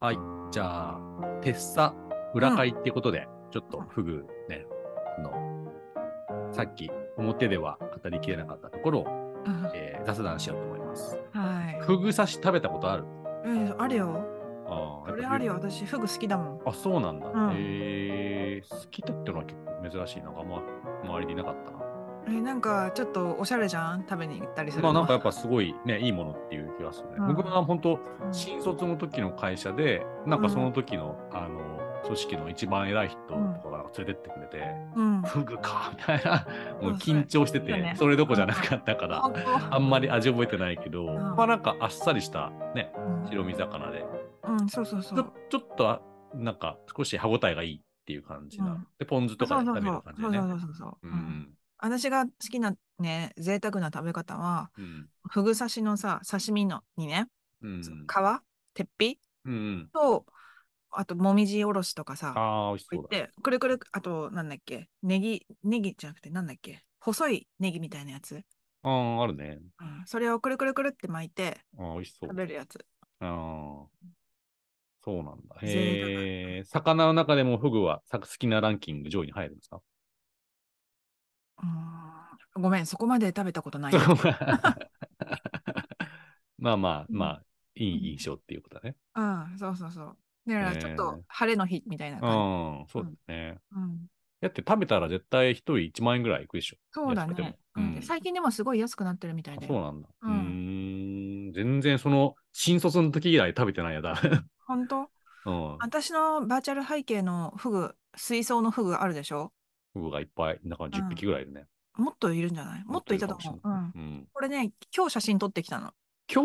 はい。じゃあ、テッサ、裏会ってことで、ちょっとフグね、あの、さっき表では語りきれなかったところを、うんえー雑談しようと思います。はい。フグ刺し食べたことあるうん、あるよ。あーこれやっぱあるよ。私、フグ好きだもん。あ、そうなんだ。うんえー、好きだってのは結構珍しいな。あんま周りでいなかったな。えなんか、ちょっとおしゃれじゃん食べに行ったりするまあの。なんかやっぱすごいね、いいものっていう気がするね。うん僕は本当、うん新卒の時の会社で、なんかその時の、あの、組織の一番偉い人とかが連れてってくれて、うん。フグかみたいな、もううん緊張してて、そうねそれどこじゃなかったから、あんまり味覚えてないけど、んまあなんかあっさりしたね、うん白身魚で、うん、そうそうそちょう。ちょっとあなんか少し歯ごたえがいいっていう感じな、うんで、ポン酢とかそでうそう食べるそ感。じうそだうねそう。そうそう。ううんん私が好きなね、贅沢な食べ方は、うんフグ刺しのさ、刺身のにね、うんその皮、鉄皮うんと、あと、もみじおろしとかさ、ああ、美味し入そうっだ。て、くるくる、あと、なんだっけ、ネギ、ネギじゃなくて、なんだっけ、細いネギみたいなやつ。ああ、あるね。うん、それをくるくるくるって巻いてあー美味しそう食。べるやつ。あーそうなんだ。贅沢へえ、魚の中でもフグはさ好きなランキング上位に入るんですかうんごめん、そこまで食べたことない。そう まあまあまあ、いうんい印象っていうことだね。うん、そうそうそう。だからちょっとね晴れの日みたいなう感ん、そうだね。じ。うん、だって食べたら絶対一人1万円ぐらいいくでしょ。そうだ安くてもね、ううんん最近でもすごい安くなってるみたいあで。そうなんだ。ううんーん、全然その新卒の時以来食べてないや だ。本当うん、私のバーチャル背景のフグ、水槽のフグあるでしょフグがいっぱい、だから10匹ぐらいいるね。もっといるんじゃないもっといたともっとい思るう。かうもん、うん、これね、今日写真撮ってきたの。今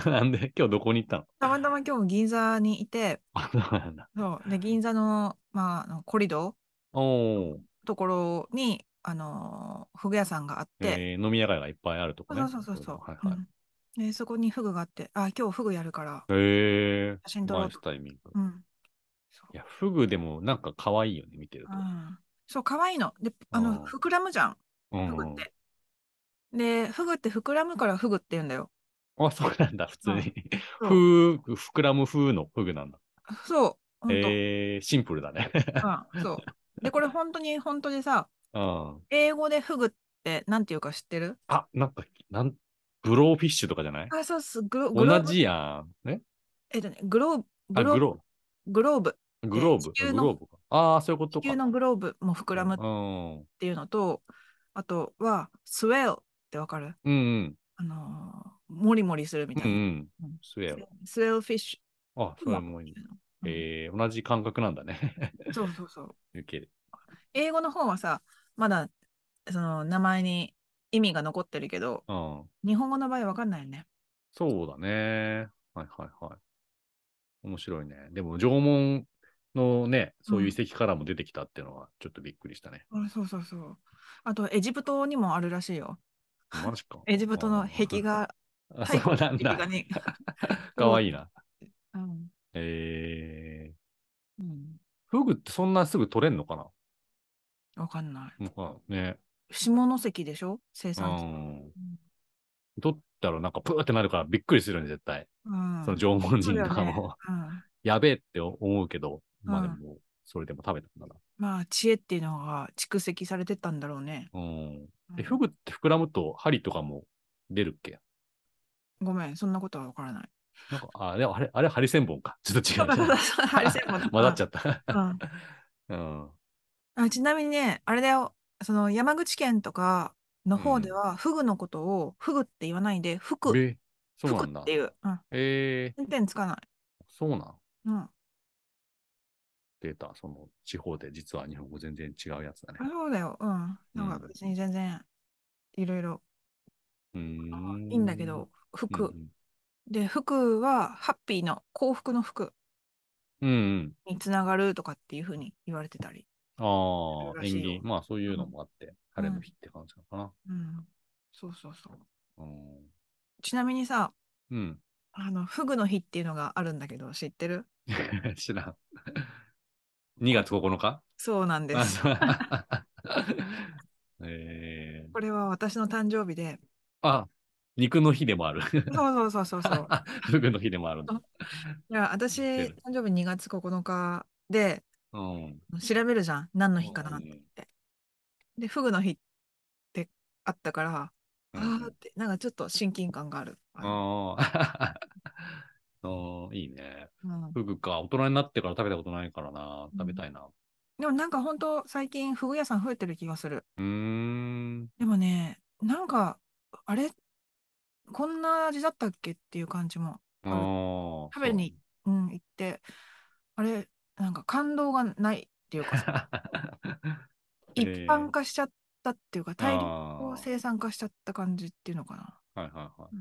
日 なんで今日どこに行ったの たまたま今日銀座にいて、あ、そうなんだ。そうで銀座の,、まああの、コリドおお、ーところに、あのーフグ屋さんがあって、えー飲み屋街がいっぱいあるとこね。そうそうそうそう。はいはい。うんでそこにフグがあって、あ、今日フグやるから、へえ写真ー、撮ろナうイとス。タイミング。うん。そういや、フグでもなんか可愛いよね、見てるとう。ん、そう可愛いの。で、あの、うん膨らむじゃん、うんフグって。で、フグって膨らむからフグって言うんだよ。あ、そうなんだ、普通に。うんふう、膨らむ風のフグなんだ。そう、本当、えー、シンプルだね。 うん、そう。で、これ本当に本当でさ、うん。英語でフグってなんていうか知ってるあ、なんか、なん、ブローフィッシュとかじゃないあ、そうっす。グログロー同ブ。じやん。ねえっとね、グローブ。あ、グログーロブ。グローブ。ー、グローブ、地球グのローブか。ああ、そういうこと地か。球のグローブも膨らむっうん。ていうのと、あとは、スウェルってわかるうんうん。あのー、もりもりするみうんたういな。ん。スウェール。スウェルフィッシあ、それもいい。うんえー、同じ感覚なんだね。 ュ。そうそうそう。受ける。英語の方はさ、まだその名前に意味が残ってるけど、うん。日本語の場合わかんないよね。そうだね。はいはいはい。面白いね。でも縄文のね、そういう遺跡からも出てきたっていうのはちょっとびっくりしたね。あそうそうそう。あと、エジプトにもあるらしいよ。マジか。 エジプトの壁画、あー。あそう なん壁画だ。に。かわいいな。うんえー、うん。フグってそんなすぐ取れんのかなわかんない。まあね。下関でしょ生う産地。ん。取ったらなんかプーってなるからびっくりするね、絶対。うんその縄文人とかそうだよもね。うん やべえって思うけど、まあでうんも、それでも食べたんだな。まあ、知恵っていうのが蓄積されてったんだろうね。うん。うんえ、フグって膨らむと針とかも出るっけごめん、そんなことはわからない。なんか、あ、でもあれ、あれ、ハリセンボンか。ちょっと違う。 ハリセンボン だ混ざっちゃった。うんうん。あちなみにね、あれだよ、その山口県とかの方では、フグのことをフグって言わないで、フク、フえ、そうなんクだって。いう、うん、えー、点々つかない。そうなん。うん、あデータ、その地方で実は日本語全然違うやつだね。そうだよ、うん。なんか別に全然いろいろうーん。いいんだけど、うフんうク。ん。で、フクはハッピーの幸福の服うんうん。につながるとかっていうふうに言われてたり。ああ、珍し縁いよ起。まあ、そういうのもあって、晴れの日って感じなのかな。うん、そうそうそう。うん。ちなみにさ、うん。 あの、フグの日っていうのがあるんだけど、知ってる知らん。2月9日そうなんであす。そうえー これは私の誕生日で、あ、肉の日でもある。 そうそうそうそうそう。フグの日でもあるんだ。いや私出誕る生日2月9日でうん。調べるじゃん何の日かなうんでフグの日ってあったから、うあんーってなんかちょっと親近感がある、ああ。 そういいね。うんフグか。大人になってから食べたことないからな。うん食べたいな。でもなんか本当最近フグ屋さん増えてる気がするうーん。でもねなんかあれこんな味だったっけっていう感じも、ああ。食べにうん、行ってあれなんか感動がないっていうかさ え 一ー般化しちゃったっていうか大量量生産化しちゃった感じっていうのかなはいはいはい。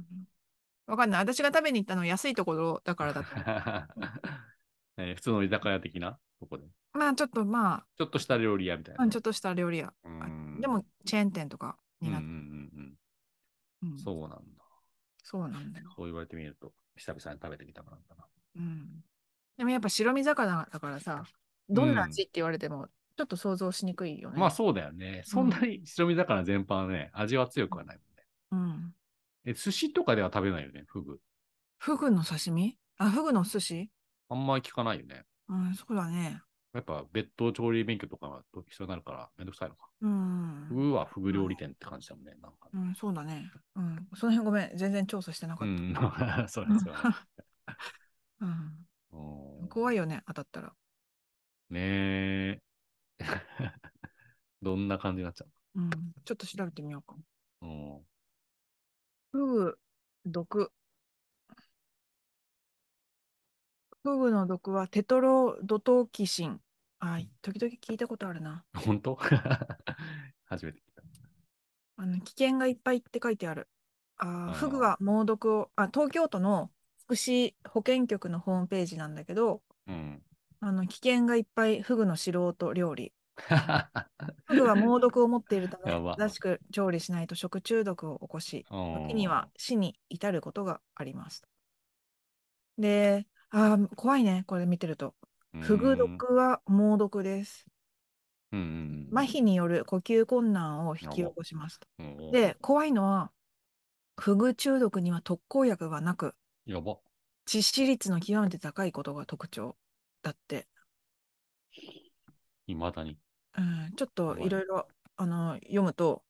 わかんない。私が食べに行ったのは安いところだからだと。 えー普通の居酒屋的なとこで。 まあちょっとまちょっとした料理屋みたいあ、な。うんちょっとした料理屋。うーんでも、チェーン店とかうんにうんうなっんううんん。そうなんだ。そうなんだよ。そう言われてみると、久々に食べてみたくなったな。うん。でもやっぱ白身魚だからさ、どんな味って言われても、ちょっと想像しにくいよね。まあそうだよね。そんなに白身魚全般はね、味は強くはないもんね。うん。え、寿司とかでは食べないよね、フグ。フグの刺身あ、フグの寿司あんまり聞かないよね。うん、そうだね。やっぱ別途調理免許とかが必要になるから、めんどくさいのか。うん。フグはフグ料理店って感じだもんね、なんか。うん、そうだね。うん。その辺ごめん。全然調査してなかうった。ん、 そう ですよね。うん。うん怖いよね、当たったら。ねえ。 どんな感じになっちゃうん。ちょっと調べてみようか。うの、フグ、毒。フグの毒はテトロドトキシン。あ、時々聞いたことあるな。うん、本当 初めて聞いた。あの危険がいっぱいって書いてある。あーあーフグは猛毒を、あ、東京都の福祉保健局のホームページなんだけど、うん。あの危険がいっぱいフグの素人料理。フグは猛毒を持っているた めやば、正しく調理しないと食中毒を起こし、時には死に至ることがあります。で、あー怖いね、これ見てると。うん、フグ毒は猛毒です。うんうんうん、麻痺による呼吸困難を引き起こしますと。うんで、怖いのは、フグ中毒には特効薬がなく、やば。致死率の極めて高いことが特徴だって、いまだに。うん、ちょっと怖いいろいろあの読むと、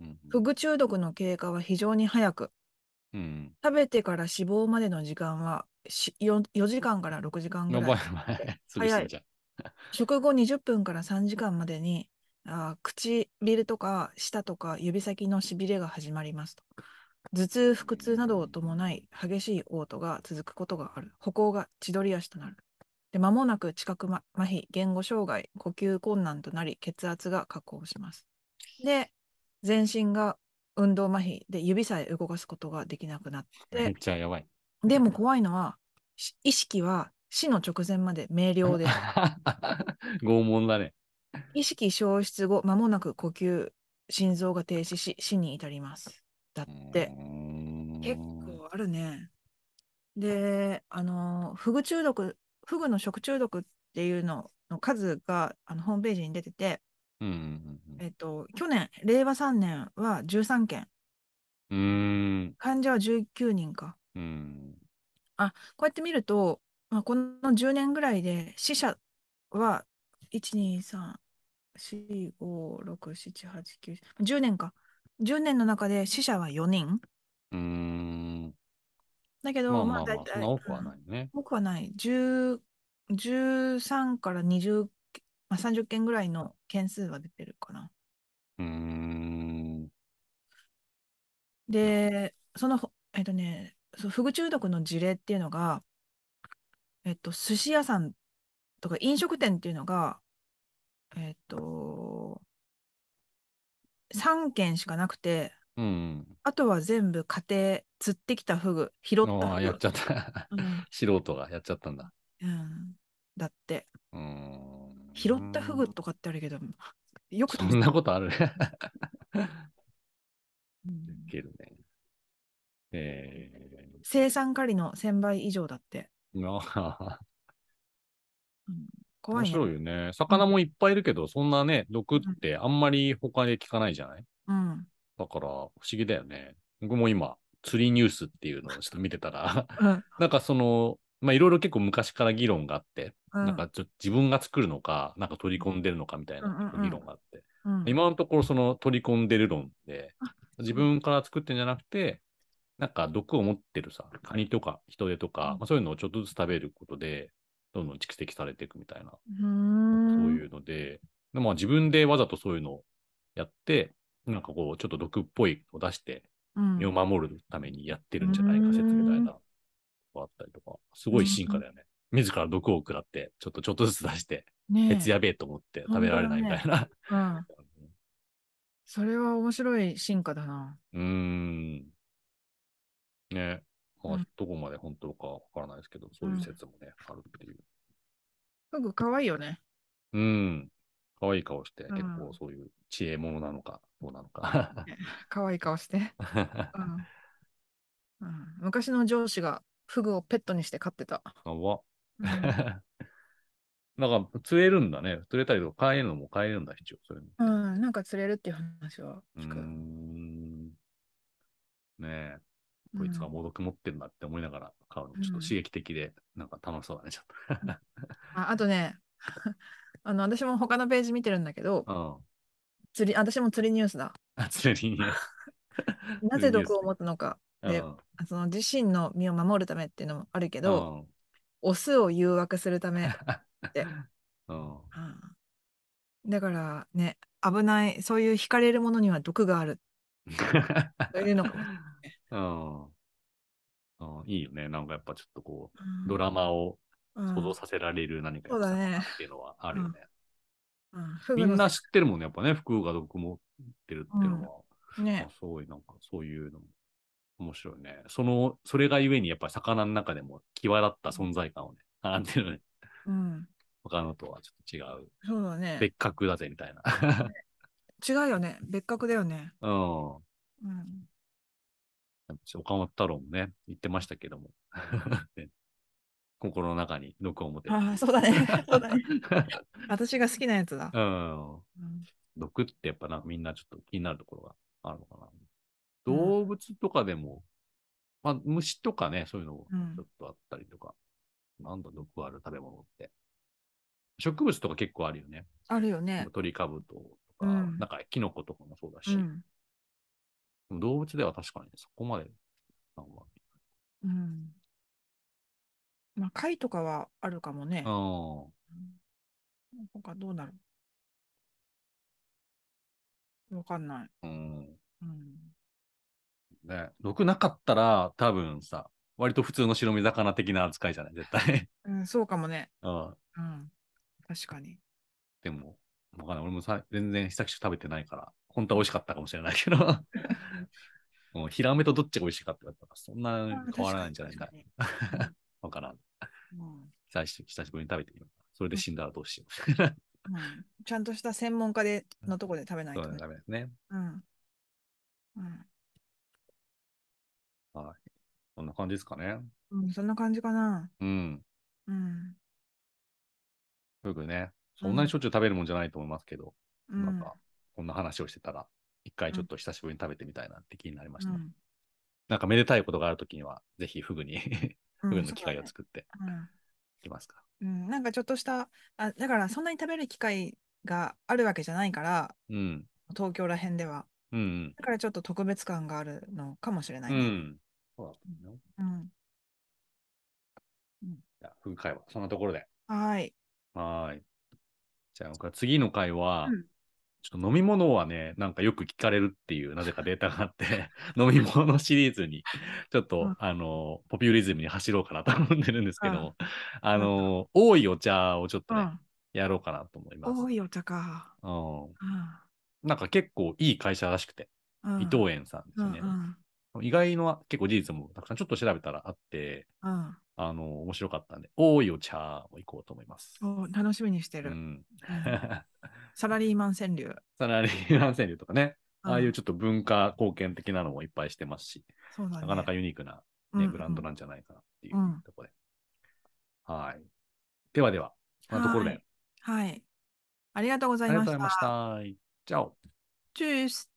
うんうんフグ中毒の経過は非常に早く、うん食べてから死亡までの時間はし 4, 4時間から6時間うん。ぐやらばいい。やばい。すぐ死んじゃう。食後20分から3時間までにあー唇とか舌とか指先のしびれが始まりますと頭痛腹痛などを伴い激しい嘔吐が続くことがある歩行が千鳥足となるで間もなく知覚ま麻痺言語障害呼吸困難となり血圧が下降しますで全身が運動麻痺で指さえ動かすことができなくなっめってちゃやばい。でも怖いのはし意識は死の直前まで明瞭です 拷問だね。意識消失後、間もなく呼吸、心臓が停止し、死に至ります。だって、うーん結構あるね。で、あの、フグ中毒、フグの食中毒っていうのの数があのホームページに出てて、うんうんうんうん。えっと、去年、令和3年は13件、うーん。患者は19人か。うん。こうやって見ると、まあ、この10年ぐらいで死者は12345678910年か10年の中で死者は4人うーん。だけどまあまあまあまあ大、そん体な多くはうんないね。多くはない10 13から20、まあ、30件ぐらいの件数は出てるかなうーん。でそのえっとねそうフグ中毒の事例っていうのがえっと寿司屋さんとか飲食店っていうのがえっと3件しかなくてうん。あとは全部家庭釣ってきたフグ拾ったああ、フやっグちゃった。 うん素人がやっちゃったんだ。うんだってうーん。拾ったフグとかってあるけどよくそ食べんたなことあるね。うんいけるね。え生産カリの1000倍以上だってー、な怖面いね白いよね。魚もいっぱいいるけど、そんなね、毒ってあんまり他で聞かないじゃないうんだから、不思議だよね。僕も今、釣りニュースっていうのをちょっと見てたら、 うんなんかその、まあいろいろ結構昔から議論があって、うんなんかちょ自分が作るのか、なんか取り込んでるのかみたいなうんうんうん議論があって、うん今のところその取り込んでる論であ、自分から作ってんじゃなくて、なんか毒を持ってるさ、カニとか人手とか、うんまあ、そういうのをちょっとずつ食べることで、どんどん蓄積されていくみたいな、うーそうんいうので、でまあ自分でわざとそういうのをやって、なんかこう、ちょっと毒っぽいのを出して、うん身を守るためにやってるんじゃないか説みたいな、あったりとか、すごい進化だよね。自ら毒を食らって、ちょっとちょっとずつ出して、ねえ別やべえと思って食べられないみたいな。うんそれは面白い進化だな。うーん。ね。まあうん、どこまで本当かわからないですけど、そういう説もね、あるっていう。フグ可愛いよね。うん。可愛い顔して、うん結構そういう知恵者なのか、どうなのか。可愛い 顔して。うんうん、昔の上司がフグをペットにして飼ってた。かわ。うん なんか、釣れるんだね。釣れたりとか、帰るのも帰れるんだ、一応。そういうの。うん、なんか釣れるっていう話はうー聞く。ん。ねえ、こいつがうんもどく持ってんだって思いながら買うの、ちょっと刺激的で、なんか楽しそうだね、ちょっああとね あの私も他のページ見てるんだけどと。うん。釣り私も釣りニュースだ あ、釣りに。なぜ毒を持つのかうんでうんその自身の身を守るためっていうのもあるけど、オスを誘惑するため、てうん。うんだからね危ないそういう惹かれるものには毒があるというのも、 うん。うんいいよね。なんかやっぱちょっとこうんう、ドラマをうん想像させられる何かそうだね良さっていうのはあるよね。うんフみグのんな知ってるもんね。やっぱね、服が毒持ってるっていうのは、ねあすごいなんかそういうのも面白いね。その、それがゆえにやっぱり魚の中でも際立った存在感をね、あってるね。うん他のとはちょっと違う。そうだね別格だぜみたいな。違うよね別格だよねうん。うん岡本太郎もね、言ってましたけども、 ね心の中に毒を持てる。ああそうだねそうだね私が好きなやつ だ、うん。うん毒ってやっぱな、みんなちょっと気になるところがあるのかな。うん動物とかでも、まあ虫とかね、そういうのもうんちょっとあったりとか、なんだ毒ある食べ物って。植物とか結構あるよね。あるよね鳥かぶととか、うんなんかキノコとかもそうだうし、ん、動物では確かにそこまで、なんかうん、まあ貝とかはあるかもねうん。他どうだろうわかんない。うんうん。ね、毒なかったら多分さ、割と普通の白身魚的な扱いじゃない絶対。 うん、そうかもね。うん。うん。確かに。でも、わかんない。俺もさ全然久しく食べてないから、本当は美味しかったかもしれない けど。もうヒラメとどっちが美味しいかって言われたら、そんな変わらないんじゃないか確。に。わからん。うん久し久しぶりに食べてみよう。それで死んだらどうしよう。うんちゃんとした専門家でのとこで食べないそとうだね、ね。ダメですね。うん。うんこんな感じですかね。うん。そんな感じかな。うん。うん。よくね、そんなにしょっちゅう食べるもんじゃないと思いますけど、うなんん。か、こんな話をしてたら、一回ちょっと久しぶりに食べてみたいなって気になりましたね。うなんかめでたいことがあるときには、ぜひフグに、フん。グうんの機会を。作ってそうだねいきますか。うん。うんなんかちょっとした、あ、だからそんなに食べる機会があるわけじゃないから、うん。東京ら辺では。うんだからちょっと特別感があるのかもしれなういん。うね。ん。そうだったのようん。じゃあフグ会はそんなところで。はーい。はーい。じゃあ僕は次の会は、うんちょっと飲み物はね、なんかよく聞かれるっていう、なぜかデータがあって、 飲み物シリーズに、ちょっと、うんあの、ポピュリズムに走ろうかなと 思ってるんですけども、あなるの、多いお茶をちょっとうね、ん。やろうかなと思います。多いお茶か。う。うんなんか結構いい会社らしくて、んうん伊藤園さんですうよんね。うん意外のは結構事実もたくさんちょっと調べたらあって、うんあの、面白かったんで、多いお茶も行こうと思います。お楽しみにしてうる。ん。 うんサラリーマン川柳。サラリーマン川柳とかね、 ああいううんちょっと文化貢献的なのもいっぱいしてますし、そうだねなかなかユニークな、ねうんブランドなんじゃないかなっていううんところで。はい。ではでは、こんなところで。はい。はいありがとうござあいりがまとうごしざいまたし。た。じゃあ。チュース。